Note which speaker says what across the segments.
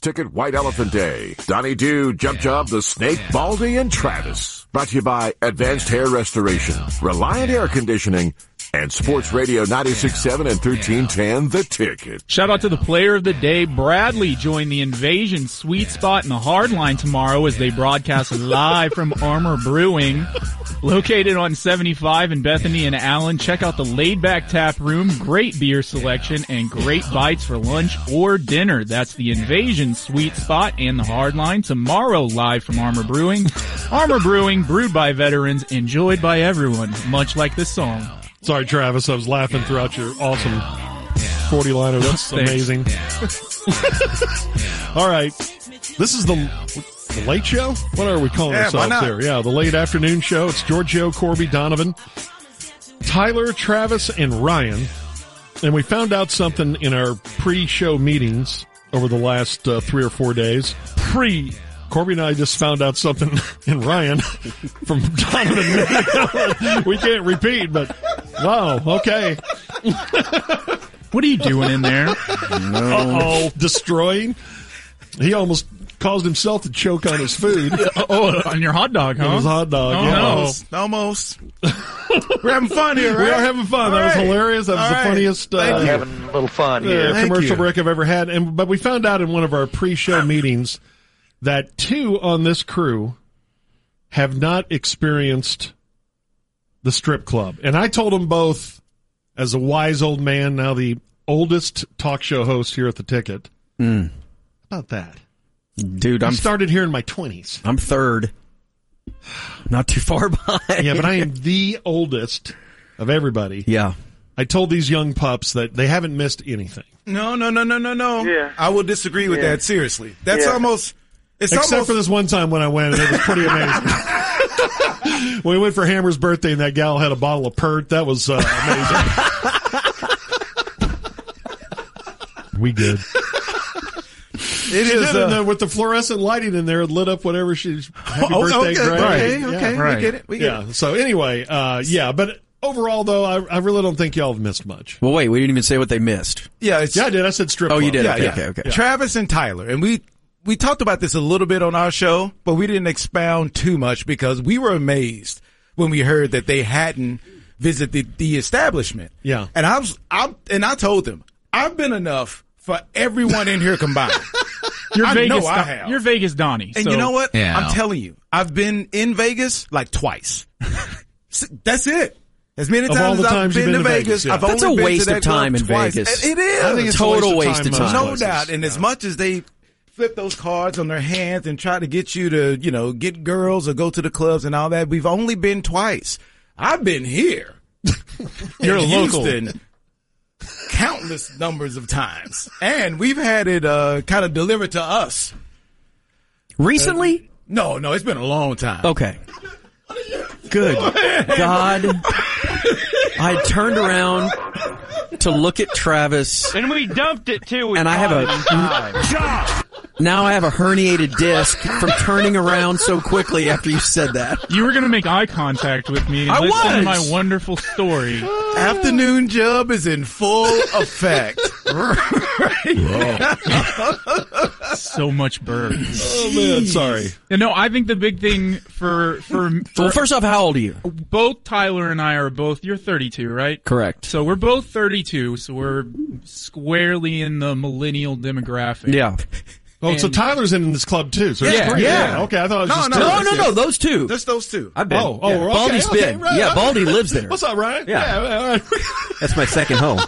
Speaker 1: Ticket, White Elephant Day. Donnie Dew, Jump Job, The Snake, Baldy, and Travis. Brought to you by Advanced Hair Restoration, Reliant Air Conditioning, and Sports Radio 96.7 and 1310, The Ticket.
Speaker 2: Shout out to the player of the day, Bradley. Joined the Invasion sweet spot in the hard line tomorrow as they broadcast live from Armor Brewing, located on 75 in Bethany and Allen. Check out the laid back tap room, great beer selection, and great bites for lunch or dinner. That's the Invasion sweet spot and the hard line tomorrow live from Armor Brewing. Armor Brewing, brewed by veterans, enjoyed by everyone, much like this song.
Speaker 3: Sorry, Travis, I was laughing throughout your awesome 40 liner. That's
Speaker 2: Thanks.
Speaker 3: amazing. All right. This is the, the late show? What are we calling
Speaker 4: Yeah, why
Speaker 3: ourselves
Speaker 4: not?
Speaker 3: here? Yeah, the late afternoon show. It's Giorgio, Corby, Donovan, Tyler, Travis, and Ryan. And we found out something in our pre show meetings over the last uh, three or four days.
Speaker 2: Pre
Speaker 3: Corby and I just found out something, and Ryan from Donovan. we can't repeat, but wow, okay.
Speaker 2: What are you doing in there?
Speaker 4: Oh.
Speaker 3: Uh-oh. Destroying. He almost caused himself to choke on his food.
Speaker 2: oh, on your hot dog, huh?
Speaker 3: On his hot dog,
Speaker 2: Oh,
Speaker 3: yeah.
Speaker 2: no.
Speaker 4: Almost. Almost. We're having fun here, right?
Speaker 3: We are having fun.
Speaker 4: All
Speaker 3: that was
Speaker 4: right.
Speaker 3: hilarious. That was
Speaker 4: All
Speaker 3: the
Speaker 4: right.
Speaker 3: funniest uh,
Speaker 4: Thank you.
Speaker 5: having a little fun
Speaker 3: uh,
Speaker 5: here.
Speaker 4: Thank
Speaker 3: commercial
Speaker 4: you.
Speaker 3: break I've ever had. And but we found out in one of our pre-show meetings that two on this crew have not experienced the strip club, and I told them both as a wise old man, now the oldest talk show host here at the ticket. How about that?
Speaker 6: Hmm. Dude,
Speaker 3: I
Speaker 6: I'm
Speaker 3: started here in my twenties.
Speaker 6: I'm third. Not too far behind.
Speaker 3: Yeah, but I am the oldest of everybody.
Speaker 6: Yeah.
Speaker 3: I told these young pups that they haven't missed anything.
Speaker 4: No, no, no, no, no, no.
Speaker 5: Yeah.
Speaker 4: I will disagree with that seriously. That's
Speaker 5: Yeah.
Speaker 4: almost. It's
Speaker 3: Except
Speaker 4: almost
Speaker 3: for this one time when I went, and it was pretty amazing. we went for Hammer's birthday, and that gal had a bottle of pert. That was uh, amazing. we good.
Speaker 4: It is.
Speaker 3: and,
Speaker 4: Uh,
Speaker 3: uh, with the fluorescent lighting in there, it lit up whatever she's. Happy
Speaker 4: oh,
Speaker 3: birthday,
Speaker 4: okay,
Speaker 3: Greg.
Speaker 4: okay,
Speaker 3: Yeah.
Speaker 4: okay.
Speaker 2: Right.
Speaker 4: We get it. We get it.
Speaker 3: Yeah. So anyway, uh, yeah, but overall though, I, I really don't think y'all have missed much.
Speaker 6: Well, wait, we didn't even say what they missed.
Speaker 4: Yeah, it's,
Speaker 3: Yeah, I did. I said strip.
Speaker 6: Oh, you
Speaker 3: club.
Speaker 6: did.
Speaker 3: Yeah.
Speaker 6: okay, okay, okay.
Speaker 4: Travis and Tyler, and we we talked about this a little bit on our show, but we didn't expound too much because we were amazed when we heard that they hadn't visited the establishment.
Speaker 3: Yeah.
Speaker 4: and I was I and I told them I've been enough for everyone in here combined.
Speaker 2: You're
Speaker 4: I
Speaker 2: Vegas.
Speaker 4: know I
Speaker 2: Don-
Speaker 4: have.
Speaker 2: You're Vegas Donnie.
Speaker 4: And
Speaker 2: so-
Speaker 4: you know what?
Speaker 7: Yeah.
Speaker 4: I'm telling you, I've been in Vegas like twice. S- That's it. As many
Speaker 3: Of all
Speaker 4: times
Speaker 3: the
Speaker 4: as I've
Speaker 3: times you've
Speaker 4: been,
Speaker 3: been to
Speaker 4: to Vegas,
Speaker 3: Vegas, yeah.
Speaker 4: I've
Speaker 6: That's
Speaker 4: only
Speaker 6: a
Speaker 4: been
Speaker 6: waste
Speaker 4: to that
Speaker 6: of time
Speaker 4: club
Speaker 6: in
Speaker 4: twice.
Speaker 6: Vegas.
Speaker 4: It is.
Speaker 3: I think it's a
Speaker 6: Total
Speaker 3: waste
Speaker 6: waste
Speaker 3: of
Speaker 6: of
Speaker 3: time uh, most
Speaker 6: time.
Speaker 4: No
Speaker 3: places.
Speaker 4: doubt. And as much as they flip those cards on their hands and try to get you to, you know, get girls or go to the clubs and all that, we've only been twice. I've been here.
Speaker 3: You're a
Speaker 4: in
Speaker 3: local.
Speaker 4: Houston, countless numbers of times. And we've had it uh, kind of delivered to us.
Speaker 6: Recently?
Speaker 4: No, no, it's been a long time.
Speaker 6: Okay. Good God. I turned around to look at Travis,
Speaker 7: And we dumped it too.
Speaker 6: and I have a now I have a herniated disc from turning around so quickly after you said that.
Speaker 2: You were going to make eye contact with me and
Speaker 6: I
Speaker 2: listen to
Speaker 6: was.
Speaker 2: my wonderful story.
Speaker 4: Afternoon job is in full effect.
Speaker 2: so much bird.
Speaker 3: Oh man, sorry.
Speaker 2: You know, I think the big thing for for,
Speaker 6: Well,
Speaker 2: for
Speaker 6: first off, how old are you?
Speaker 2: both Tyler and I are both you're 32, right?
Speaker 6: Correct.
Speaker 2: So we're both 32, so we're squarely in the millennial demographic.
Speaker 6: Yeah.
Speaker 3: Oh, so
Speaker 2: And-
Speaker 3: Tyler's in this club too. So it's
Speaker 6: Yeah,
Speaker 3: great.
Speaker 6: yeah.
Speaker 3: Okay, I thought it was
Speaker 4: No,
Speaker 3: just
Speaker 4: no,
Speaker 3: Tyler.
Speaker 6: No, no, no. Those two.
Speaker 4: Just those two.
Speaker 6: I've been.
Speaker 3: Oh, oh,
Speaker 6: yeah.
Speaker 3: okay,
Speaker 6: Baldy's
Speaker 3: okay,
Speaker 6: been.
Speaker 3: right,
Speaker 6: yeah,
Speaker 3: right.
Speaker 6: Baldy lives there.
Speaker 3: What's up, Ryan?
Speaker 6: Yeah.
Speaker 3: yeah all right.
Speaker 6: That's my second home.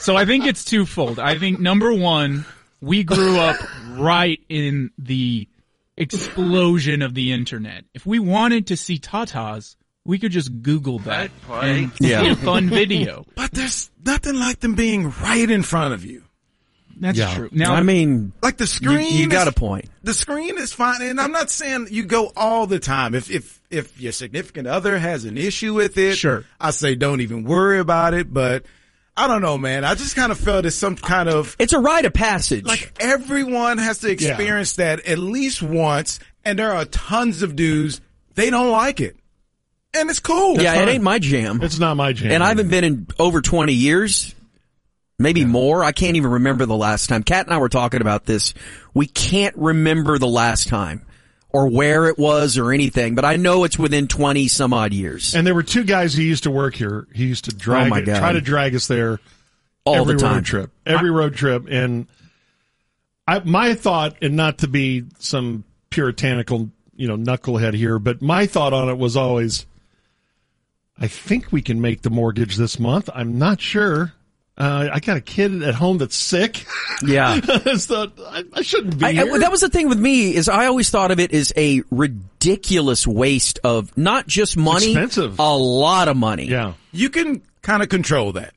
Speaker 2: So I think it's twofold. I think number one, we grew up right in the explosion of the internet. If we wanted to see tatas, we could just Google that and
Speaker 6: Yeah.
Speaker 2: see a fun video.
Speaker 4: But there's nothing like them being right in front of you.
Speaker 2: That's true. Now,
Speaker 6: I mean,
Speaker 4: Like the
Speaker 6: you,
Speaker 4: screen.
Speaker 6: you got
Speaker 4: is-
Speaker 6: a point.
Speaker 4: The screen is fine, and I'm not saying you go all the time. If if if your significant other has an issue with it,
Speaker 2: Sure.
Speaker 4: I say don't even worry about it. But I don't know, man. I just kind of felt it's some kind of
Speaker 6: It's a rite of passage.
Speaker 4: like everyone has to experience that at least once, and there are tons of dudes they don't like it, and it's cool.
Speaker 6: yeah, it ain't my jam.
Speaker 3: It's not my jam.
Speaker 6: and I haven't been in over 20 years. maybe more. I can't even remember the last time. Kat and I were talking about this. We can't remember the last time or where it was or anything, but I know it's within 20 some odd years.
Speaker 3: And there were two guys who used to work here. He used to drag,
Speaker 6: Oh, my God.
Speaker 3: try to drag us there
Speaker 6: All
Speaker 3: every
Speaker 6: the time.
Speaker 3: road trip, every road trip. And I, my thought, and not to be some puritanical, you know, knucklehead here, but my thought on it was always, I think we can make the mortgage this month. I'm not sure. Uh, I got a kid at home that's sick.
Speaker 6: Yeah.
Speaker 3: It's the- I, I shouldn't be
Speaker 6: I, I-
Speaker 3: here.
Speaker 6: that was the thing with me is I always thought of it as a ridiculous waste of not just money,
Speaker 3: expensive.
Speaker 6: a lot of money.
Speaker 3: yeah.
Speaker 4: you can kind of control that.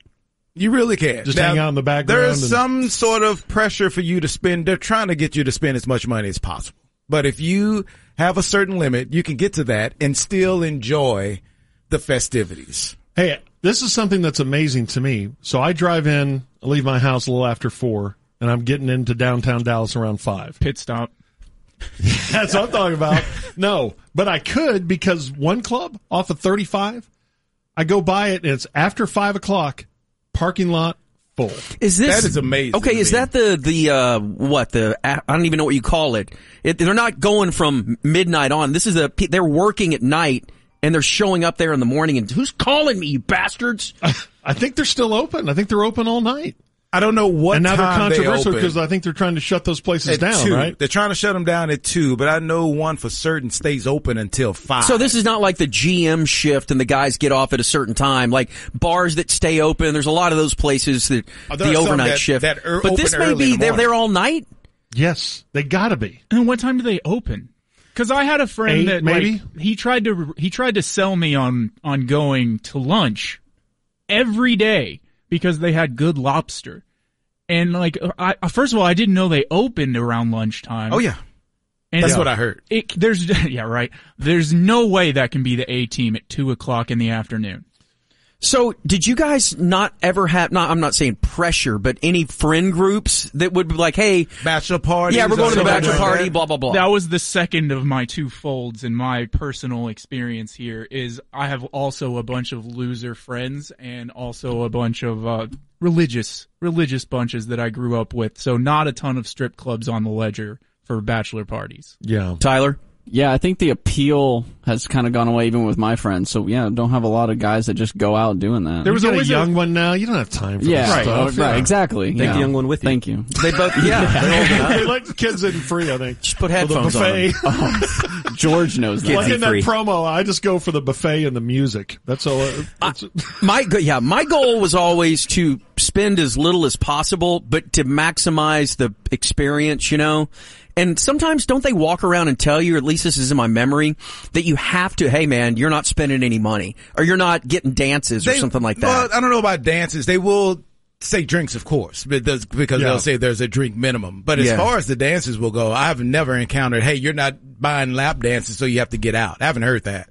Speaker 4: You really can.
Speaker 3: Just hang out in the background
Speaker 4: There is
Speaker 3: and-
Speaker 4: some sort of pressure for you to spend. They're trying to get you to spend as much money as possible. But if you have a certain limit, you can get to that and still enjoy the festivities.
Speaker 3: Hey, this is something that's amazing to me. So I drive in, I leave my house a little after four, and I'm getting into downtown Dallas around five.
Speaker 2: Pit stop.
Speaker 3: That's what I'm talking about. No, but I could because one club off of 35, I go by it and it's after five o'clock, parking lot full.
Speaker 6: Is this
Speaker 4: That is amazing
Speaker 6: Okay,
Speaker 4: to
Speaker 6: is
Speaker 4: me.
Speaker 6: that the the uh, what the I don't even know what you call it. it. They're not going from midnight on. This is a pe- they're working at night and they're showing up there in the morning. And who's calling me, you bastards?
Speaker 3: I think they're still open. I think they're open all night.
Speaker 4: I don't know what
Speaker 3: and now they're
Speaker 4: time
Speaker 3: controversial
Speaker 4: they
Speaker 3: because
Speaker 4: open.
Speaker 3: I think they're trying to shut those places
Speaker 4: At
Speaker 3: down,
Speaker 4: two.
Speaker 3: right?
Speaker 4: They're trying to shut them down at two, but I know one for certain stays open until five.
Speaker 6: So this is not like the GM shift and the guys get off at a certain time. Like bars that stay open. There's a lot of those places that
Speaker 4: Oh, there are
Speaker 6: the
Speaker 4: some
Speaker 6: overnight
Speaker 4: that-
Speaker 6: shift.
Speaker 4: that are
Speaker 6: but
Speaker 4: open
Speaker 6: this may
Speaker 4: early in
Speaker 6: be
Speaker 4: the
Speaker 6: they're
Speaker 4: morning.
Speaker 6: there all night.
Speaker 3: Yes, they gotta be.
Speaker 2: And what time do they open? Because I had a friend
Speaker 3: Eight,
Speaker 2: that
Speaker 3: maybe?
Speaker 2: like he tried to he tried to sell me on on going to lunch every day because they had good lobster. And like, I, first of all, I didn't know they opened around lunchtime.
Speaker 4: oh yeah,
Speaker 2: And
Speaker 4: that's what I heard.
Speaker 2: It, there's yeah right. There's no way that can be the A team at two o'clock in the afternoon.
Speaker 6: So did you guys not ever have? Not I'm not saying pressure, but any friend groups that would be like, hey,
Speaker 4: Bachelor party.
Speaker 6: yeah, we're going to
Speaker 2: something
Speaker 6: the bachelor
Speaker 2: like
Speaker 6: party, blah blah blah.
Speaker 2: That was the second of my two folds in my personal experience here is I have also a bunch of loser friends and also a bunch of uh, religious religious bunches that I grew up with. So not a ton of strip clubs on the ledger for bachelor parties.
Speaker 3: Yeah.
Speaker 6: Tyler.
Speaker 5: Yeah, I think the appeal has kind of gone away even with my friends. So yeah, don't have a lot of guys that just go out doing that.
Speaker 3: There was
Speaker 2: got
Speaker 3: a
Speaker 2: always a-
Speaker 3: young one now. You don't have time for
Speaker 5: yeah,
Speaker 3: this
Speaker 5: right,
Speaker 3: stuff.
Speaker 5: right, exactly.
Speaker 6: Take
Speaker 5: yeah.
Speaker 6: the young one with you.
Speaker 5: Thank you.
Speaker 6: They both yeah. they're old enough.
Speaker 3: they let the kids in free, I think.
Speaker 6: Just
Speaker 3: For
Speaker 6: put
Speaker 3: the
Speaker 6: headphones on.
Speaker 3: buffet.
Speaker 6: them.
Speaker 5: George knows that.
Speaker 3: like in that
Speaker 6: Oh. free.
Speaker 3: promo, I just go for the buffet and the music. That's all. uh, That's,
Speaker 6: My go- yeah, my goal was always to spend as little as possible, but to maximize the experience, you know. And sometimes don't they walk around and tell you, at least this is in my memory, that you have to, hey man, you're not spending any money, or you're not getting dances or
Speaker 4: They-
Speaker 6: something like that.
Speaker 4: Well, I don't know about dances. They will say drinks, of course, but does- because
Speaker 3: Yeah.
Speaker 4: they'll say there's a drink minimum. But as
Speaker 6: Yeah.
Speaker 4: far as the dances will go, I've never encountered, hey, you're not buying lap dances, so you have to get out. I haven't heard that.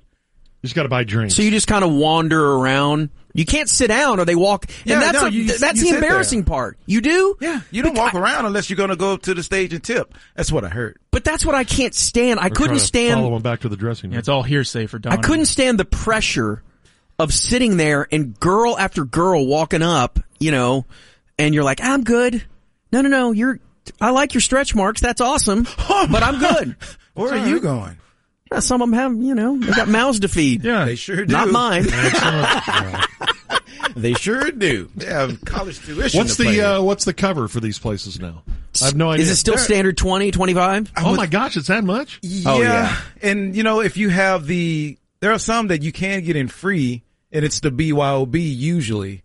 Speaker 3: you just got to buy drinks.
Speaker 6: so you just kind of wander around. You can't sit down, or they walk, and
Speaker 4: Yeah,
Speaker 6: that's
Speaker 4: no,
Speaker 6: a-
Speaker 4: you-
Speaker 6: th- that's
Speaker 4: you
Speaker 6: the
Speaker 4: sit there.
Speaker 6: embarrassing part. You do,
Speaker 4: You don't walk around unless you're going to go up to the stage and tip. That's what I heard.
Speaker 6: But that's what I can't stand. I couldn't stand
Speaker 3: Follow him back to the dressing room.
Speaker 2: It's all hearsay for Don.
Speaker 6: I couldn't stand the pressure of sitting there and girl after girl walking up, you know, and you're like, I'm good. No, no, no, you're, I like your stretch marks. That's awesome, but I'm good.
Speaker 4: Where are you going?
Speaker 6: Now, Some of them have, you know, they got mouths to feed.
Speaker 2: Yeah,
Speaker 4: They sure do.
Speaker 6: Not mine.
Speaker 4: They sure do. They have college tuition.
Speaker 3: what's
Speaker 4: to pay.
Speaker 3: the uh, what's the cover for these places now? I have no idea.
Speaker 6: Is it still
Speaker 4: They're-
Speaker 6: standard 20, 25?
Speaker 3: Oh my gosh, it's that much.
Speaker 4: Yeah.
Speaker 6: yeah.
Speaker 4: And you know, if you have the, there are some that you can get in free and it's the BYOB usually.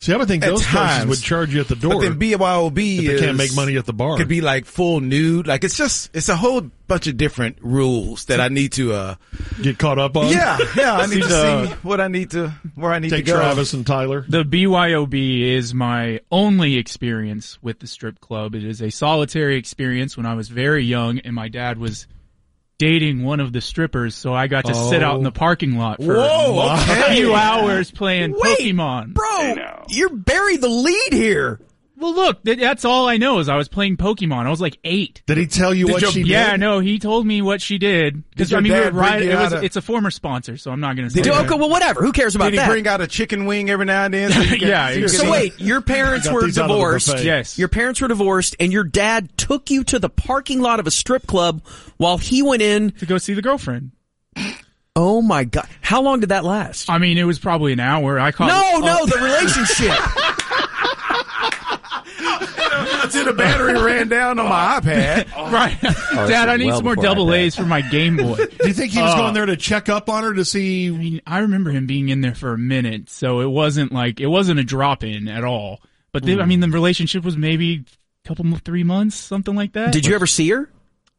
Speaker 3: See, I would think
Speaker 4: At
Speaker 3: those places
Speaker 4: times.
Speaker 3: would charge you at the door.
Speaker 4: But then BYOB
Speaker 3: If they
Speaker 4: is,
Speaker 3: can't make money at the bar.
Speaker 4: Could be like full nude. Like it's just it's a whole bunch of different rules that I need to. uh
Speaker 3: Get caught up on.
Speaker 4: Yeah, yeah. I need to
Speaker 3: the-
Speaker 4: see what I need to where I need
Speaker 3: Take
Speaker 4: to go.
Speaker 3: Travis and Tyler.
Speaker 2: The BYOB is my only experience with the strip club. It is a solitary experience when I was very young and my dad was dating one of the strippers, so I got to sit out in the parking lot for
Speaker 4: Whoa,
Speaker 2: a few hours playing
Speaker 6: Wait,
Speaker 2: Pokemon.
Speaker 6: Bro, you're buried the lead here.
Speaker 2: Well, look, th- that's all I know is I was playing Pokemon. I was like eight.
Speaker 3: Did he tell you
Speaker 4: Did
Speaker 3: what
Speaker 4: your-
Speaker 3: she
Speaker 2: Yeah,
Speaker 3: did?
Speaker 2: no, he told me what she did because
Speaker 4: your
Speaker 2: I mean we
Speaker 4: dad
Speaker 2: were
Speaker 4: bring
Speaker 2: right.
Speaker 4: you
Speaker 2: It was,
Speaker 4: out of-
Speaker 2: it's a former sponsor, so I'm not going to say.
Speaker 4: Did-
Speaker 2: that.
Speaker 6: Okay, well, whatever. Who cares about
Speaker 4: Did he
Speaker 6: that?
Speaker 4: bring out a chicken wing every now and then? So you can-
Speaker 2: Yeah,
Speaker 4: you can-
Speaker 6: so wait, your parents
Speaker 3: Got
Speaker 6: were
Speaker 3: these out of the
Speaker 6: divorced.
Speaker 3: buffet.
Speaker 2: Yes.
Speaker 6: Your parents were divorced, and your dad took you to the parking lot of a strip club while he went in.
Speaker 2: to go see the girlfriend.
Speaker 6: Oh my god! How long did that last?
Speaker 2: I mean, it was probably an hour. I caught.
Speaker 6: no, no, the relationship.
Speaker 4: Until the battery ran down on my iPad.
Speaker 2: right, Dad. I need
Speaker 7: well
Speaker 2: some more
Speaker 7: before my
Speaker 2: double
Speaker 7: dad.
Speaker 2: A's for my Game Boy.
Speaker 3: Do you think he
Speaker 4: Uh.
Speaker 3: was going there to check up on her to
Speaker 2: I
Speaker 3: see?
Speaker 2: mean, I remember him being in there for a minute, so it wasn't like it wasn't a drop in at all. But the, I mean, the relationship was maybe a couple, mo- three months, something like that.
Speaker 6: did you ever see her?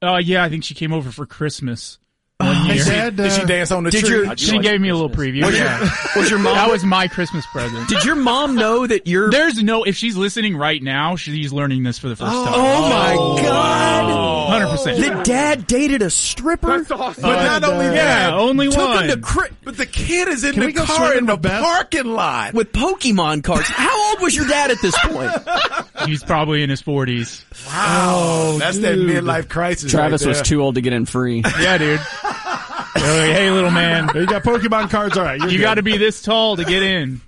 Speaker 2: Oh yeah, I think she came over for Christmas one
Speaker 3: Hey,
Speaker 2: year.
Speaker 3: Dad,
Speaker 4: Did she
Speaker 3: uh,
Speaker 4: dance on the
Speaker 6: Did
Speaker 4: tree?
Speaker 6: your-
Speaker 2: She gave me a little preview. yeah.
Speaker 6: Was your
Speaker 2: that
Speaker 6: mom?
Speaker 2: was my Christmas present.
Speaker 6: Did your mom know that you're?
Speaker 2: There's no if she's listening right now, she's learning this for the first time.
Speaker 6: oh my god!
Speaker 2: Hundred percent.
Speaker 6: The dad dated a stripper.
Speaker 4: But not only that,
Speaker 2: Yeah, only
Speaker 4: took
Speaker 2: one.
Speaker 4: him to cri- but the kid is in
Speaker 3: Can we
Speaker 4: the
Speaker 3: go
Speaker 4: car
Speaker 3: swimming
Speaker 4: in the
Speaker 3: with Beth?
Speaker 4: parking lot.
Speaker 6: with Pokemon cards. How old was your dad at this point?
Speaker 2: He's probably in his forties.
Speaker 4: Wow, Oh, that's that
Speaker 3: dude.
Speaker 4: midlife crisis.
Speaker 5: Travis
Speaker 4: right
Speaker 5: was
Speaker 4: there.
Speaker 5: too old to get in free.
Speaker 2: Yeah, dude. They're like, hey, little man,
Speaker 3: You got Pokemon cards, all right. You're
Speaker 2: you
Speaker 3: good.
Speaker 2: got to be this tall to get in.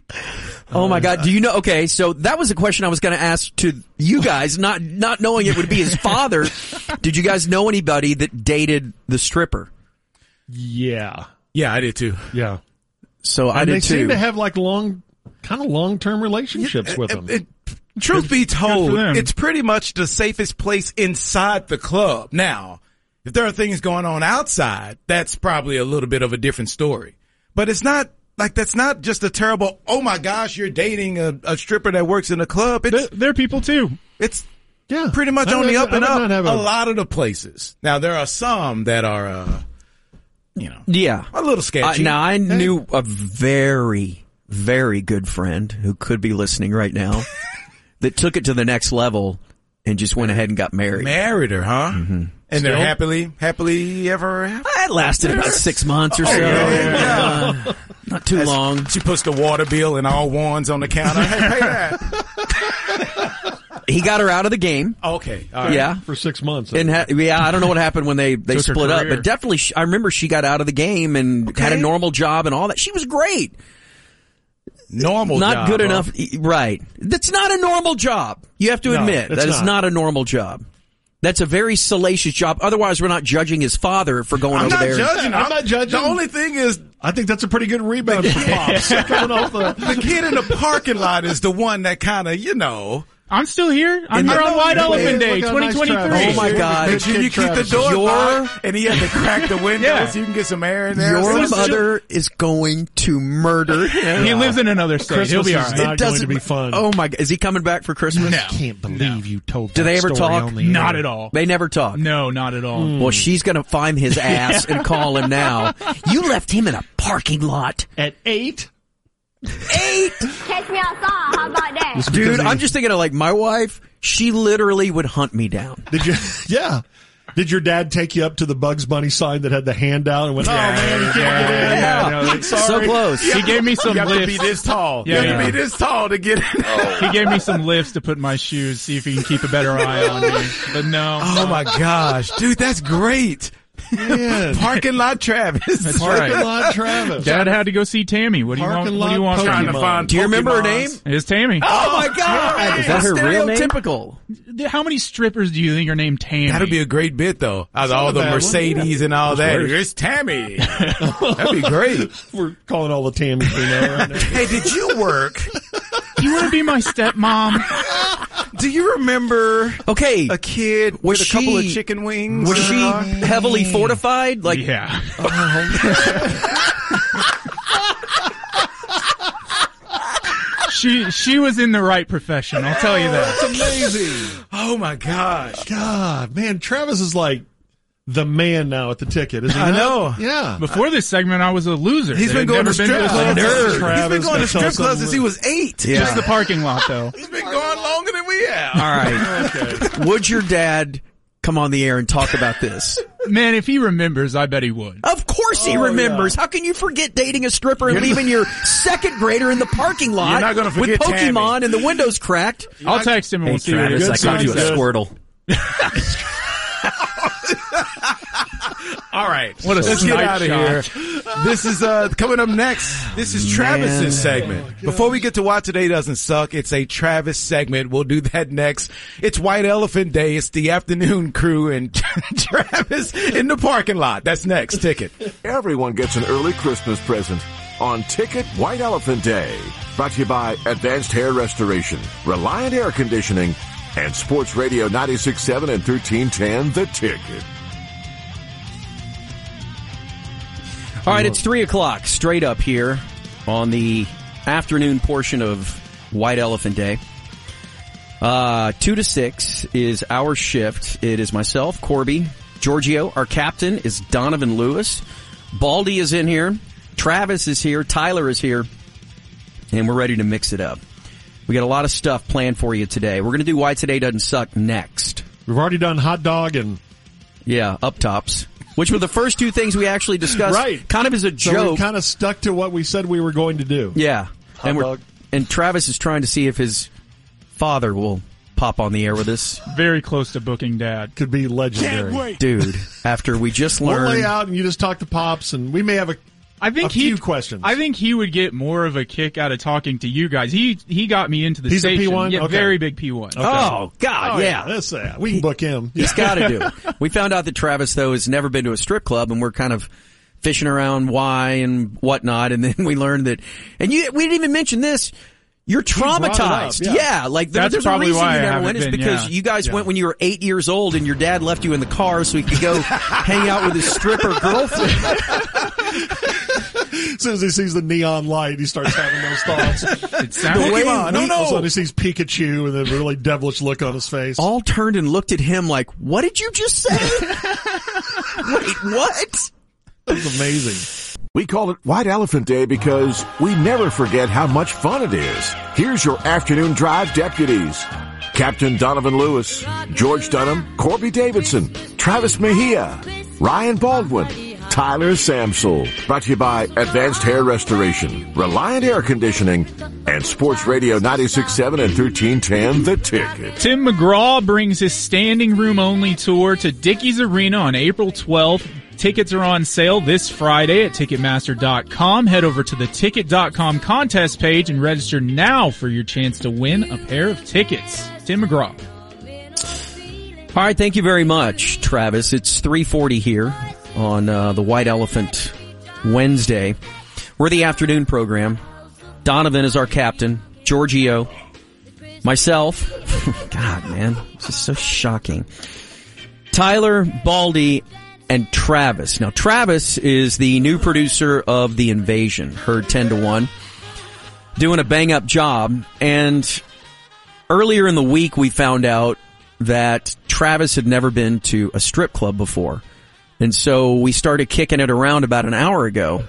Speaker 6: Oh my god! Do you know? Okay, so that was a question I was going to ask to you guys, not not knowing it would be his father. Did you guys know anybody that dated the stripper?
Speaker 3: Yeah,
Speaker 4: Yeah, I did too.
Speaker 3: yeah.
Speaker 6: So I
Speaker 3: And
Speaker 6: did
Speaker 3: they
Speaker 6: too.
Speaker 3: seem to have like long, kind of long-term relationships with them.
Speaker 4: It- it- truth be told,
Speaker 2: them.
Speaker 4: it's pretty much the safest place inside the club. Now, if there are things going on outside, that's probably a little bit of a different story. But it's not like that's not just a terrible. Oh my gosh, you're dating a, a stripper that works in a club. It's
Speaker 2: They're people too.
Speaker 4: it's
Speaker 3: yeah,
Speaker 4: pretty much
Speaker 3: I
Speaker 4: on the
Speaker 3: would-
Speaker 4: up
Speaker 3: I
Speaker 4: and
Speaker 3: would
Speaker 4: up.
Speaker 3: not have
Speaker 4: A lot of the places. Now there are some that are, uh, you know,
Speaker 6: yeah.
Speaker 4: a little
Speaker 6: Uh,
Speaker 4: sketchy.
Speaker 6: now I knew a very very good friend who could be listening right now that took it to the next level and just went ahead and got married.
Speaker 4: married her, huh?
Speaker 3: Mm-hmm.
Speaker 4: And they're happily, happily ever after.
Speaker 6: That lasted about six months or so. Uh, not too long.
Speaker 4: She puts the water bill and all wands on the counter. Hey, pay that.
Speaker 6: He got her out of the game.
Speaker 4: Okay. All right.
Speaker 6: Yeah.
Speaker 3: for six months.
Speaker 6: And ha- yeah, I don't know what happened when they they
Speaker 2: Took her
Speaker 6: split up,
Speaker 2: career.
Speaker 6: but definitely sh I remember she got out of the game and had a normal job and all that. She was great,
Speaker 4: Normal.
Speaker 6: not
Speaker 4: job,
Speaker 6: good
Speaker 4: huh?
Speaker 6: enough, e- right? That's not a normal job. You have to admit
Speaker 3: it's
Speaker 6: that is
Speaker 3: not.
Speaker 6: not a normal job. That's a very salacious job. Otherwise, we're not judging his father for going
Speaker 4: I'm
Speaker 6: over
Speaker 4: not
Speaker 6: there.
Speaker 4: judging.
Speaker 3: I'm not judging.
Speaker 4: The only thing is,
Speaker 3: I think that's a pretty good rebound for Pops coming off the.
Speaker 4: the kid in the parking lot is the one that kind of, you know.
Speaker 2: I'm still here. I'm
Speaker 4: And
Speaker 2: here
Speaker 4: I
Speaker 2: on
Speaker 4: know
Speaker 2: White
Speaker 4: you
Speaker 2: Elephant
Speaker 4: did.
Speaker 2: Day,
Speaker 3: Look how nice
Speaker 2: 2023.
Speaker 3: Travis is.
Speaker 6: Oh my
Speaker 3: Here,
Speaker 6: God.
Speaker 3: good
Speaker 4: Make sure
Speaker 3: kid
Speaker 4: you keep
Speaker 3: Travis.
Speaker 4: the door
Speaker 6: Your-
Speaker 4: locked, and he had to crack the window
Speaker 2: Yeah.
Speaker 4: so you can get some air in there.
Speaker 6: Your
Speaker 4: It's just-
Speaker 6: mother is going to murder him.
Speaker 2: He lives in another state.
Speaker 3: Christmas
Speaker 2: He'll be all
Speaker 3: is
Speaker 2: right.
Speaker 3: not-
Speaker 6: It doesn't
Speaker 3: going to be fun.
Speaker 6: Oh my god, is he coming back for Christmas?
Speaker 3: can't believe you told.
Speaker 6: Do they ever talk?
Speaker 2: Not at all.
Speaker 6: They never talk.
Speaker 2: No, not at all.
Speaker 6: Well, she's gonna find his ass and call him now. You left him in a parking lot.
Speaker 3: At eight,
Speaker 6: Eight,
Speaker 8: Take me outside. How about that?
Speaker 6: dude. I'm just thinking of like my wife. She literally would hunt me down.
Speaker 3: did you? Yeah. Did your dad take you up to the Bugs Bunny sign that had the handout and went, "Oh man, you can't get in"?
Speaker 2: Yeah, no, it's-
Speaker 6: So close.
Speaker 2: He gave me some
Speaker 4: You have to be
Speaker 2: lifts.
Speaker 4: this tall.
Speaker 2: Yeah,
Speaker 4: you have
Speaker 2: yeah.
Speaker 4: to be this tall to get in.
Speaker 2: He gave me some lifts to put in my shoes, see if he can keep a better eye on me. But no.
Speaker 4: Oh my gosh, dude, that's great.
Speaker 3: Man.
Speaker 4: Parking lot Travis.
Speaker 2: That's right.
Speaker 3: Parking lot Travis.
Speaker 2: Dad had to go see Tammy. What do you want?
Speaker 3: Parking
Speaker 2: What do you
Speaker 3: lot
Speaker 2: want
Speaker 3: Pokemon.
Speaker 2: from me?
Speaker 4: find
Speaker 6: Do you remember her name?
Speaker 2: It's Tammy.
Speaker 6: Oh my god!
Speaker 5: Is that her real name?
Speaker 6: Stereotypical.
Speaker 2: How many strippers do you think are named Tammy?
Speaker 4: That'd be a great bit though. Out of all the
Speaker 3: bad one.
Speaker 4: Mercedes and all that. It's Tammy. That'd be great.
Speaker 3: We're calling all the Tammys we know. Right now.
Speaker 4: Hey, did you work?
Speaker 2: you want to be my stepmom?
Speaker 4: Do you remember
Speaker 6: Okay,
Speaker 4: a kid
Speaker 6: Was
Speaker 4: with a couple of
Speaker 6: she-
Speaker 4: chicken wings?
Speaker 6: was
Speaker 4: in
Speaker 6: she
Speaker 4: her car?
Speaker 6: heavily fortified? Like,
Speaker 2: yeah. she she was in the right profession. I'll tell you that.
Speaker 3: That's amazing.
Speaker 4: Oh my gosh.
Speaker 3: God, man, Travis is like the man now at the ticket, isn't he?
Speaker 4: I
Speaker 3: not?
Speaker 4: know.
Speaker 3: Yeah.
Speaker 2: Before this segment, I was a loser.
Speaker 4: He's
Speaker 2: They had
Speaker 4: been going to
Speaker 2: never
Speaker 4: strip
Speaker 2: this
Speaker 4: clubs.
Speaker 2: place.
Speaker 3: Nerd.
Speaker 4: He's been
Speaker 3: Travis,
Speaker 4: going to
Speaker 3: that's
Speaker 4: strip
Speaker 3: also
Speaker 4: clubs since he
Speaker 3: weird.
Speaker 4: was eight.
Speaker 2: Just the parking lot, though.
Speaker 4: He's been going longer than we have.
Speaker 6: all right. Would your dad come on the air and talk about this.
Speaker 2: Man, if he remembers, I bet he would.
Speaker 6: of course
Speaker 4: Oh,
Speaker 6: he remembers. How can you forget dating a stripper and leaving your second grader in the parking lot
Speaker 4: You're not gonna
Speaker 6: with
Speaker 4: forget Tammy.
Speaker 6: Pokemon and the windows cracked?
Speaker 2: I'll text him and we'll see what he
Speaker 3: Travis,
Speaker 2: says.
Speaker 3: I got you a
Speaker 6: Squirtle.
Speaker 4: All right.
Speaker 2: What a
Speaker 4: Let's get
Speaker 2: snipe
Speaker 4: out
Speaker 2: shot.
Speaker 4: of here. This is uh, coming up next. This is Travis's segment. Before we get to Why Today Doesn't Suck, it's a Travis segment. We'll do that next. It's White Elephant Day. It's the afternoon crew and Travis in the parking lot. That's next. Ticket.
Speaker 1: Everyone gets an early Christmas present on Ticket White Elephant Day. Brought to you by Advanced Hair Restoration, Reliant Air Conditioning, and Sports Radio 96.7 and 1310 The Ticket.
Speaker 6: All right, it's three o'clock straight up here on the afternoon portion of White Elephant Day. Uh, two to six is our shift. It is myself, Corby, Giorgio. Our captain is Donovan Lewis. Baldy is in here. Travis is here. Tyler is here. And we're ready to mix it up. We got a lot of stuff planned for you today. We're going to do Why Today Doesn't Suck next.
Speaker 3: We've already done hot dog and
Speaker 6: Yeah, up tops. Which were the first two things we actually discussed.
Speaker 3: Right.
Speaker 6: Kind of as a
Speaker 3: so we
Speaker 6: joke.
Speaker 3: kind of stuck to what we said we were going to do.
Speaker 6: Yeah. and
Speaker 5: dog.
Speaker 6: and Travis is trying to see if his father will pop on the air with us.
Speaker 2: Very close to booking dad.
Speaker 3: Could be legendary.
Speaker 6: Dude, after we just
Speaker 3: We'll
Speaker 6: learned
Speaker 3: lay out and you just talk to pops and we may have a
Speaker 2: I think
Speaker 3: a
Speaker 2: he
Speaker 3: few questions.
Speaker 2: I think he would get more of a kick out of talking to you guys. He he got me into the
Speaker 3: He's a
Speaker 2: station.
Speaker 3: P1?
Speaker 2: Yeah,
Speaker 3: Okay.
Speaker 2: very big P one.
Speaker 6: Oh god,
Speaker 3: Oh,
Speaker 6: yeah.
Speaker 3: that's that. We can book him.
Speaker 6: He's got to do it. We found out that Travis though has never been to a strip club and we're kind of fishing around why and whatnot and then we learned that and you we didn't even mention this you're
Speaker 3: brought it up,
Speaker 6: traumatized.
Speaker 3: yeah.
Speaker 6: yeah. like there-
Speaker 2: That's
Speaker 6: there's
Speaker 2: probably
Speaker 6: a reason
Speaker 2: why I
Speaker 6: you never
Speaker 2: haven't
Speaker 6: went. It's
Speaker 2: been,
Speaker 6: because
Speaker 2: yeah.
Speaker 6: you guys went when you were eight years old, and your dad left you in the car so he could go hang out with his stripper girlfriend.
Speaker 3: As soon as he sees the neon light, he starts having those thoughts.
Speaker 2: It sounds
Speaker 6: The way
Speaker 4: Pokemon. No,
Speaker 3: All of a sudden
Speaker 4: no.
Speaker 3: he sees Pikachu and the really devilish look on his face.
Speaker 6: all turned and looked at him like, "What did you just say?" Wait, what?
Speaker 3: It's amazing.
Speaker 1: We call it White Elephant Day because we never forget how much fun it is. Here's your afternoon drive deputies. Captain Donovan Lewis, George Dunham, Corby Davidson, Travis Mejia, Ryan Baldwin, Tyler Samsel. Brought to you by Advanced Hair Restoration, Reliant Air Conditioning, and Sports Radio 96.7 and 1310 The Ticket.
Speaker 2: Tim McGraw brings his standing room only tour to Dickies Arena on April 12th. Tickets are on sale this Friday at Ticketmaster.com. Head over to the Ticket.com contest page and register now for your chance to win a pair of tickets. Tim McGraw.
Speaker 6: All right, thank you very much, Travis. It's 3:40 here on uh, the White Elephant Wednesday. We're the afternoon program. Donovan is our captain. Giorgio, myself. God, man, this is so shocking. Tyler, Baldy, and Travis. Now, Travis is the new producer of The Invasion, heard 10 to 1, doing a bang up job. And earlier in the week, we found out that Travis had never been to a strip club before. And so we started kicking it around about an hour ago.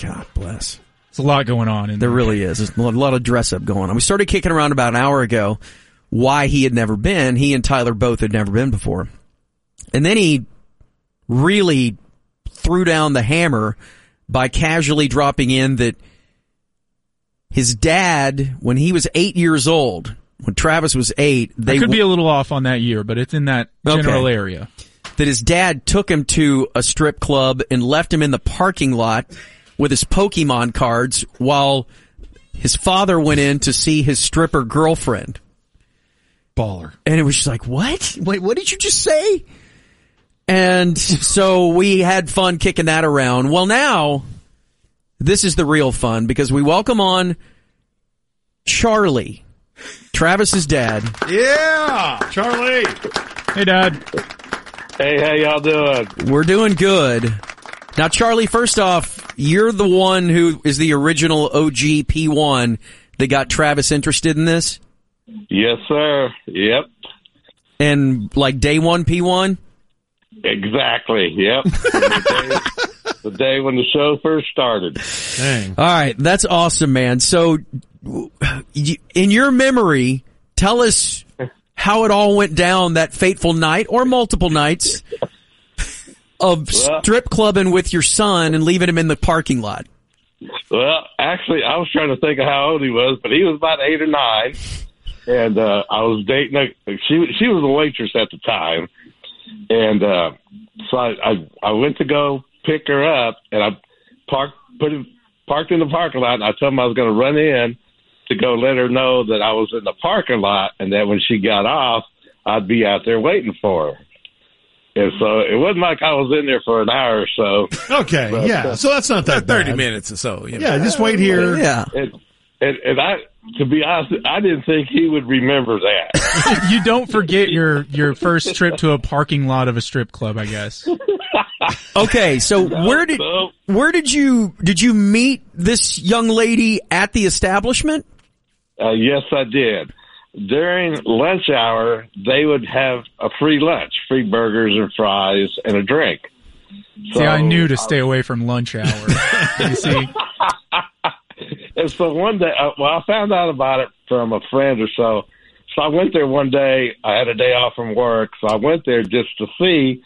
Speaker 6: God bless.
Speaker 2: It's a lot going on in
Speaker 6: There
Speaker 2: there.
Speaker 6: really is. There's a lot of dress up going on. We started kicking around about an hour ago why he had never been. He and Tyler both had never been before. And then he really threw down the hammer by casually dropping in that his dad, when he was eight years old, when Travis was eight,
Speaker 2: I
Speaker 6: they
Speaker 2: could be a little off on that year, but it's in that
Speaker 6: Okay.
Speaker 2: general area.
Speaker 6: that his dad took him to a strip club and left him in the parking lot with his Pokemon cards while his father went in to see his stripper girlfriend.
Speaker 3: Baller.
Speaker 6: And it was just like, what? Wait, what did you just say? And so we had fun kicking that around. Well, now this is the real fun because we welcome on Charlie, Travis's dad.
Speaker 4: Yeah.
Speaker 3: Charlie.
Speaker 2: Hey, Dad.
Speaker 7: Hey, how y'all doing?
Speaker 6: We're doing good. Now, Charlie, first off, you're the one who is the original OG P1 that got Travis interested in this.
Speaker 7: Yes, sir. Yep.
Speaker 6: And like day one P1?
Speaker 7: Exactly. Yep. the, day, the day when the show first started.
Speaker 3: Dang.
Speaker 6: All right. That's awesome, man. So, you- in your memory, tell us how it all went down that fateful night or multiple nights of strip clubbing with your son and leaving him in the parking lot.
Speaker 7: Well, actually, I was trying to think of how old he was, but he was about eight or nine, and uh, I was dating. A, she she was a waitress at the time, and uh, so I, I I went to go pick her up, and I parked put him, parked in the parking lot, and I told him I was going to run in to go let her know that I was in the parking lot, and that when she got off, I'd be out there waiting for her. And so it wasn't like I was in there for an hour or so.
Speaker 3: Okay, yeah. So that's not that
Speaker 4: Thirty
Speaker 3: bad.
Speaker 4: minutes or so. You know.
Speaker 3: Yeah, just wait here.
Speaker 6: Yeah.
Speaker 7: and and, and I, to be honest, I didn't think he would remember that.
Speaker 2: you don't forget your your first trip to a parking lot of a strip club, I guess.
Speaker 6: Okay, so where did
Speaker 7: so-
Speaker 6: where did you did you meet this young lady at the establishment?
Speaker 7: Uh, yes, I did. During lunch hour, they would have a free lunch, free burgers and fries and a drink. So,
Speaker 2: See, I knew to stay away from lunch hour. You see,
Speaker 7: And so one day, uh, well, I found out about it from a friend or so. So I went there one day. I had a day off from work, so I went there just to see,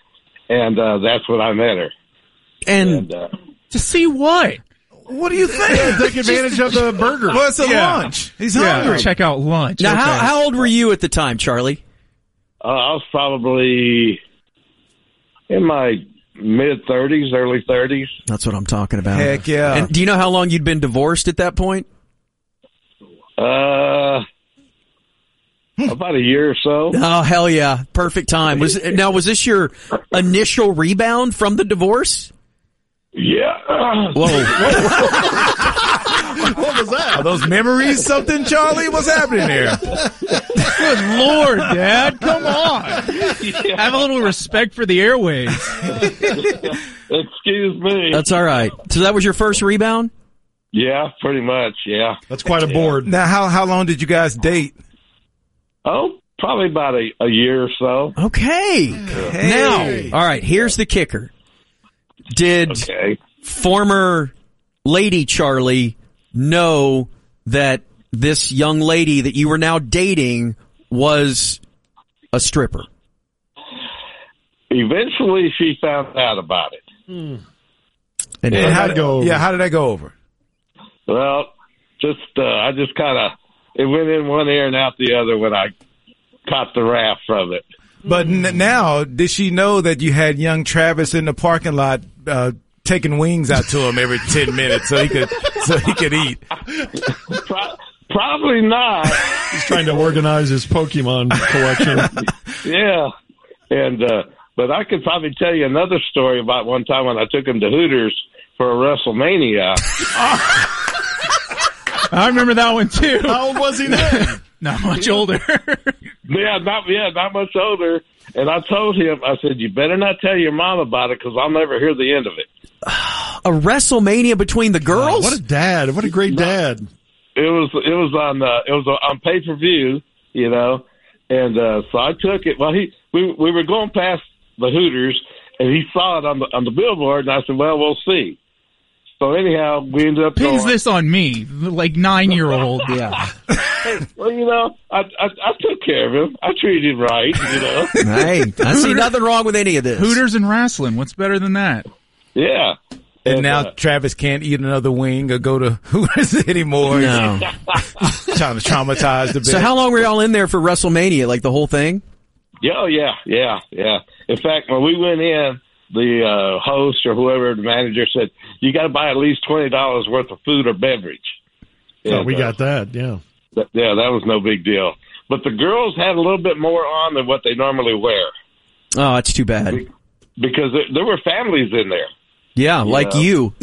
Speaker 7: and uh, that's when I met her.
Speaker 6: And
Speaker 7: And, uh,
Speaker 2: to see what?
Speaker 4: What do you think?
Speaker 3: Take advantage of the burger.
Speaker 4: What's a
Speaker 2: Yeah.
Speaker 4: lunch? He's
Speaker 2: Yeah,
Speaker 4: hungry.
Speaker 2: check out lunch.
Speaker 6: now
Speaker 2: okay.
Speaker 6: how how old were you at the time, Charlie?
Speaker 7: Uh, I was probably in my mid 30s, early 30s.
Speaker 6: That's what I'm talking about.
Speaker 4: Heck yeah.
Speaker 6: And do you know how long you'd been divorced at that point?
Speaker 7: Uh, about a year or so.
Speaker 6: Oh hell yeah, perfect time. Was now was this your initial rebound from the divorce?
Speaker 7: Yeah.
Speaker 6: Whoa,
Speaker 4: Are those memories something, Charlie? What's happening here?
Speaker 2: Good lord, Dad, come on! Have a little respect for the airwaves.
Speaker 7: Excuse me.
Speaker 6: that's all right. So that was your first rebound.
Speaker 7: yeah, pretty much. Yeah.
Speaker 3: That's quite a board.
Speaker 4: Now, how how long did you guys date?
Speaker 7: Oh, probably about a, a year or so.
Speaker 6: Okay. Now, all right. Here's the kicker. Did
Speaker 7: Okay.
Speaker 6: former lady Charlie know that this young lady that you were now dating was a stripper?
Speaker 7: Eventually, she found out about it.
Speaker 6: And
Speaker 3: Yeah,
Speaker 4: how
Speaker 3: that'd go over.
Speaker 4: Yeah, how did that go over?
Speaker 7: Well, just uh, I just kind of it went in one ear and out the other when I caught the raft from it.
Speaker 4: But n- now, did she know that you had young Travis in the parking lot uh, taking wings out to him every ten minutes so he could so he could eat?
Speaker 7: Pro- probably not.
Speaker 3: He's trying to organize his Pokemon collection.
Speaker 7: Yeah, and uh, but I could probably tell you another story about one time when I took him to Hooters for a WrestleMania.
Speaker 2: I remember that one too.
Speaker 3: How old was he then?
Speaker 2: Not much older.
Speaker 7: yeah, not yeah, not much older. And I told him, I said, "You better not tell your mom about it because I'll never hear the end of it."
Speaker 6: a WrestleMania between the girls?
Speaker 3: What a dad! What a great dad!
Speaker 7: It was it was on uh, it was on pay per view, you know. And uh, so I took it. Well, he we we were going past the Hooters, and he saw it on the on the billboard, and I said, "Well, we'll see." So anyhow, we ended up
Speaker 2: Pins
Speaker 7: going.
Speaker 2: this on me, like nine year old.
Speaker 6: yeah.
Speaker 7: Well, you know, I, I I took care of him. I treated him right, you know.
Speaker 6: hey, I see nothing wrong with any of this.
Speaker 2: Hooters and wrestling. What's better than that?
Speaker 7: yeah.
Speaker 4: And now
Speaker 7: uh,
Speaker 4: Travis can't eat another wing or go to Hooters anymore.
Speaker 6: No.
Speaker 4: trying to traumatize the baby.
Speaker 6: So how long were y'all in there for WrestleMania? Like the whole thing?
Speaker 7: yeah, oh, yeah, yeah, yeah. In fact, when we went in, the uh, host or whoever the manager said, "You got to buy at least twenty dollars worth of food or beverage."
Speaker 3: Oh,
Speaker 7: And,
Speaker 3: we
Speaker 7: uh,
Speaker 3: got that. Yeah.
Speaker 7: th- yeah, that was no big deal. But the girls had a little bit more on than what they normally wear
Speaker 6: Oh, that's too bad.
Speaker 7: because there, there were families in there.
Speaker 6: Yeah, like you.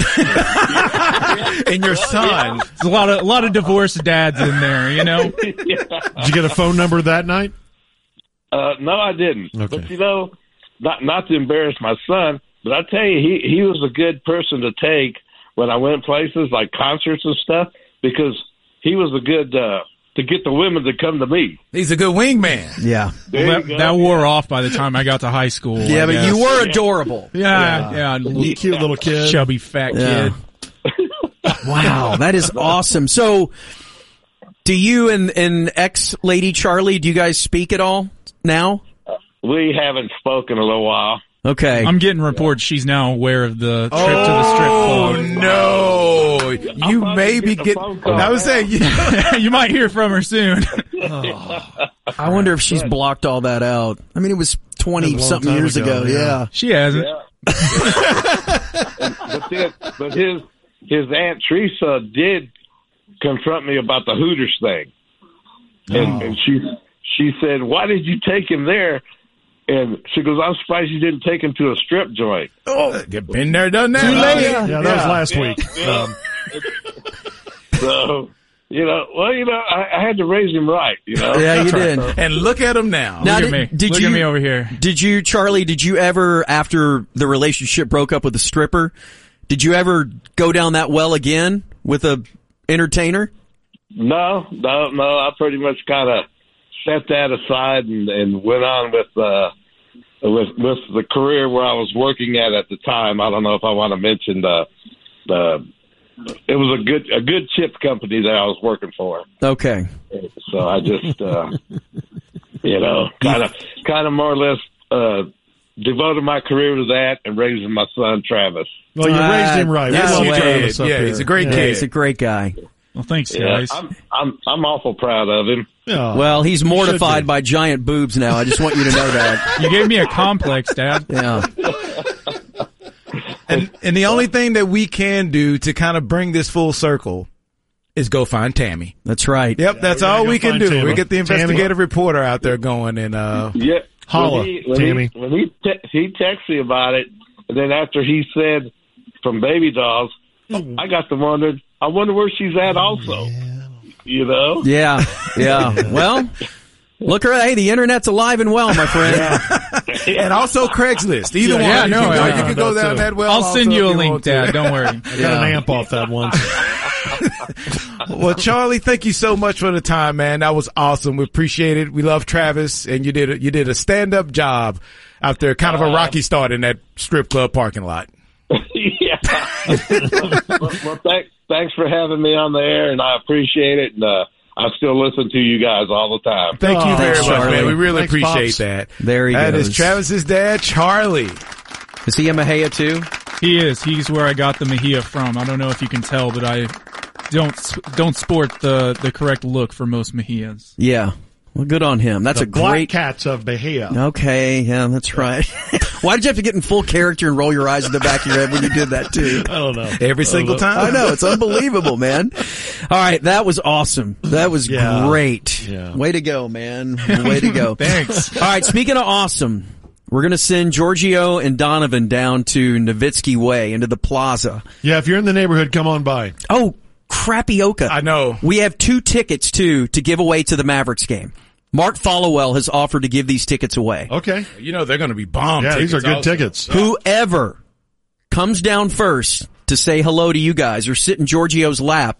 Speaker 4: and your son?
Speaker 2: There's a lot of a lot of divorced dads in there, you know.
Speaker 3: Did you get a phone number that night?
Speaker 7: Uh, no, I didn't.
Speaker 3: Okay.
Speaker 7: But you know, not not to embarrass my son, but I tell you, he he was a good person to take when I went places like concerts and stuff because he was a good uh, to get the women to come to me.
Speaker 4: He's a good wingman.
Speaker 6: Yeah.
Speaker 7: There
Speaker 2: That,
Speaker 7: you go.
Speaker 2: that wore off by the time I got to high school.
Speaker 6: Yeah,
Speaker 2: I
Speaker 6: but
Speaker 2: guess.
Speaker 6: you were adorable.
Speaker 2: Yeah, yeah,
Speaker 3: You cute little kid.
Speaker 2: chubby fat
Speaker 6: Yeah.
Speaker 2: kid.
Speaker 6: Wow, that is awesome. So Do you and and ex lady Charlie? Do you guys speak at all now?
Speaker 7: We haven't spoken in a little while.
Speaker 6: Okay.
Speaker 2: I'm getting reports she's now aware of the trip to the strip
Speaker 4: Oh
Speaker 2: club.
Speaker 4: no! You
Speaker 7: about to
Speaker 4: may be
Speaker 7: get a
Speaker 4: getting.
Speaker 7: phone call.
Speaker 4: I was saying, you,
Speaker 2: you might hear from her soon.
Speaker 6: I wonder if she's blocked all that out. I mean, it was twenty
Speaker 3: It was a long
Speaker 6: something
Speaker 3: time
Speaker 6: years ago.
Speaker 3: ago, yeah.
Speaker 6: yeah.
Speaker 2: She hasn't.
Speaker 7: Yeah. but then, but his his aunt Teresa did confront me about the Hooters thing, and, and she she said, "Why did you take him there?" And she goes, "I'm surprised you didn't take him to a strip joint."
Speaker 4: oh, you've been there, done that. Too
Speaker 3: Yeah, that was last week. Um,
Speaker 7: So you know, well, you know, I, I had to raise him right. You know,
Speaker 6: Yeah, you did.
Speaker 4: And look at him now.
Speaker 6: Now,
Speaker 2: Look at me. Look
Speaker 6: you,
Speaker 2: at me over here.
Speaker 6: Did you, Charlie? Did you ever, after the relationship broke up with the stripper, did you ever go down that well again with a entertainer?
Speaker 7: No, no, no. I pretty much kind of set that aside and, and went on with uh, with with the career where I was working at at the time. I don't know if I want to mention the the. It was a good a good chip company that I was working for,
Speaker 6: Okay.
Speaker 7: so I just uh, you know kind of kind of more or less uh, devoted my career to that and raising my son Travis.
Speaker 3: well, you raised him right. We
Speaker 6: Yes,
Speaker 3: love
Speaker 6: you
Speaker 3: Travis
Speaker 4: did.
Speaker 3: up
Speaker 4: Yeah,
Speaker 3: here.
Speaker 4: he's a great
Speaker 6: Yeah,
Speaker 4: kid.
Speaker 6: he's a great guy.
Speaker 2: Well, thanks,
Speaker 7: Yeah,
Speaker 2: guys.
Speaker 7: I'm I'm I'm awful proud of him.
Speaker 3: Yeah.
Speaker 6: Well, he's
Speaker 3: be.
Speaker 6: mortified by giant boobs now. I just want you to know that.
Speaker 2: You gave me a complex, Dad.
Speaker 6: Yeah.
Speaker 4: And and the only thing that we can do to kind of bring this full circle is go find Tammy.
Speaker 6: That's right.
Speaker 4: Yep, that's
Speaker 3: we're gonna
Speaker 4: all
Speaker 3: go
Speaker 4: we can
Speaker 3: find
Speaker 4: do.
Speaker 3: Tammy.
Speaker 4: We get the
Speaker 3: Tammy.
Speaker 4: investigative reporter out there going and uh
Speaker 7: Yeah.
Speaker 3: Holla,
Speaker 7: when he, when
Speaker 3: Tammy.
Speaker 7: He, when he, te- he texted me about it, and then after he said from Baby Dolls, I got to wondering, I wonder where she's at also. You know?
Speaker 6: Yeah. Yeah. Well, look her. Hey, the internet's alive and well, my friend.
Speaker 4: and also Craigslist. Either
Speaker 2: Yeah,
Speaker 4: one.
Speaker 2: no,
Speaker 4: you, can go,
Speaker 2: yeah,
Speaker 4: you can go
Speaker 3: that
Speaker 4: down
Speaker 3: too.
Speaker 4: that well.
Speaker 2: I'll
Speaker 4: also
Speaker 2: send you a
Speaker 4: if
Speaker 2: link,
Speaker 4: want to.
Speaker 2: Dad. Don't worry.
Speaker 3: I got an amp off that one.
Speaker 4: Well, Charlie, thank you so much for the time, man. That was awesome. We appreciate it. We love Travis, and you did a, you did a stand up job out there, kind of a rocky start in that strip club parking lot.
Speaker 7: yeah. well, well thank, thanks for having me on the air, and I appreciate it. And uh, I still listen to you guys all the time.
Speaker 4: Thank you
Speaker 3: Aw,
Speaker 4: very
Speaker 6: thanks,
Speaker 4: much, man.
Speaker 6: Charlie.
Speaker 4: We really
Speaker 3: Thanks,
Speaker 4: appreciate
Speaker 3: Pops.
Speaker 4: that.
Speaker 6: There he
Speaker 4: That
Speaker 6: goes.
Speaker 4: is Travis's dad, Charlie.
Speaker 6: Is he a Mahia too?
Speaker 2: He is. He's where I got the Mejia from. I don't know if you can tell, but I don't s- don't sport the the correct look for most Mejias.
Speaker 6: Yeah. Well, good on him. That's a
Speaker 3: Black
Speaker 6: great.
Speaker 3: Cats of Bahia.
Speaker 6: Okay, yeah, that's right. Why did you have to get in full character and roll your eyes in the back of your head when you did that too?
Speaker 3: I don't know.
Speaker 4: Every single time.
Speaker 6: I know, it's unbelievable, man. All right, that was awesome. That was
Speaker 3: Yeah.
Speaker 6: great.
Speaker 3: Yeah.
Speaker 6: Way to go, man. Way to go.
Speaker 4: Thanks.
Speaker 6: All right, speaking of awesome, we're going to send Giorgio and Donovan down to Novitsky Way into the plaza.
Speaker 3: Yeah, if you're in the neighborhood, come on by.
Speaker 6: Oh, crapioka.
Speaker 4: I know.
Speaker 6: We have two tickets too to give away to the Mavericks game. Mark Followell has offered to give these tickets away.
Speaker 3: Okay.
Speaker 4: You know they're going to be bomb.
Speaker 3: Yeah, these are
Speaker 4: tickets
Speaker 3: good
Speaker 4: also.
Speaker 3: tickets.
Speaker 6: Whoever comes down first to say hello to you guys or sit in Giorgio's lap,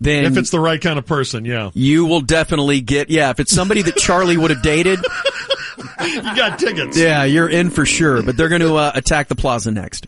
Speaker 6: then
Speaker 3: If it's the right kind of person, yeah.
Speaker 6: you will definitely get, yeah, if it's somebody that Charlie would have dated,
Speaker 3: You got tickets.
Speaker 6: yeah, you're in for sure. But they're going to uh, attack the plaza next.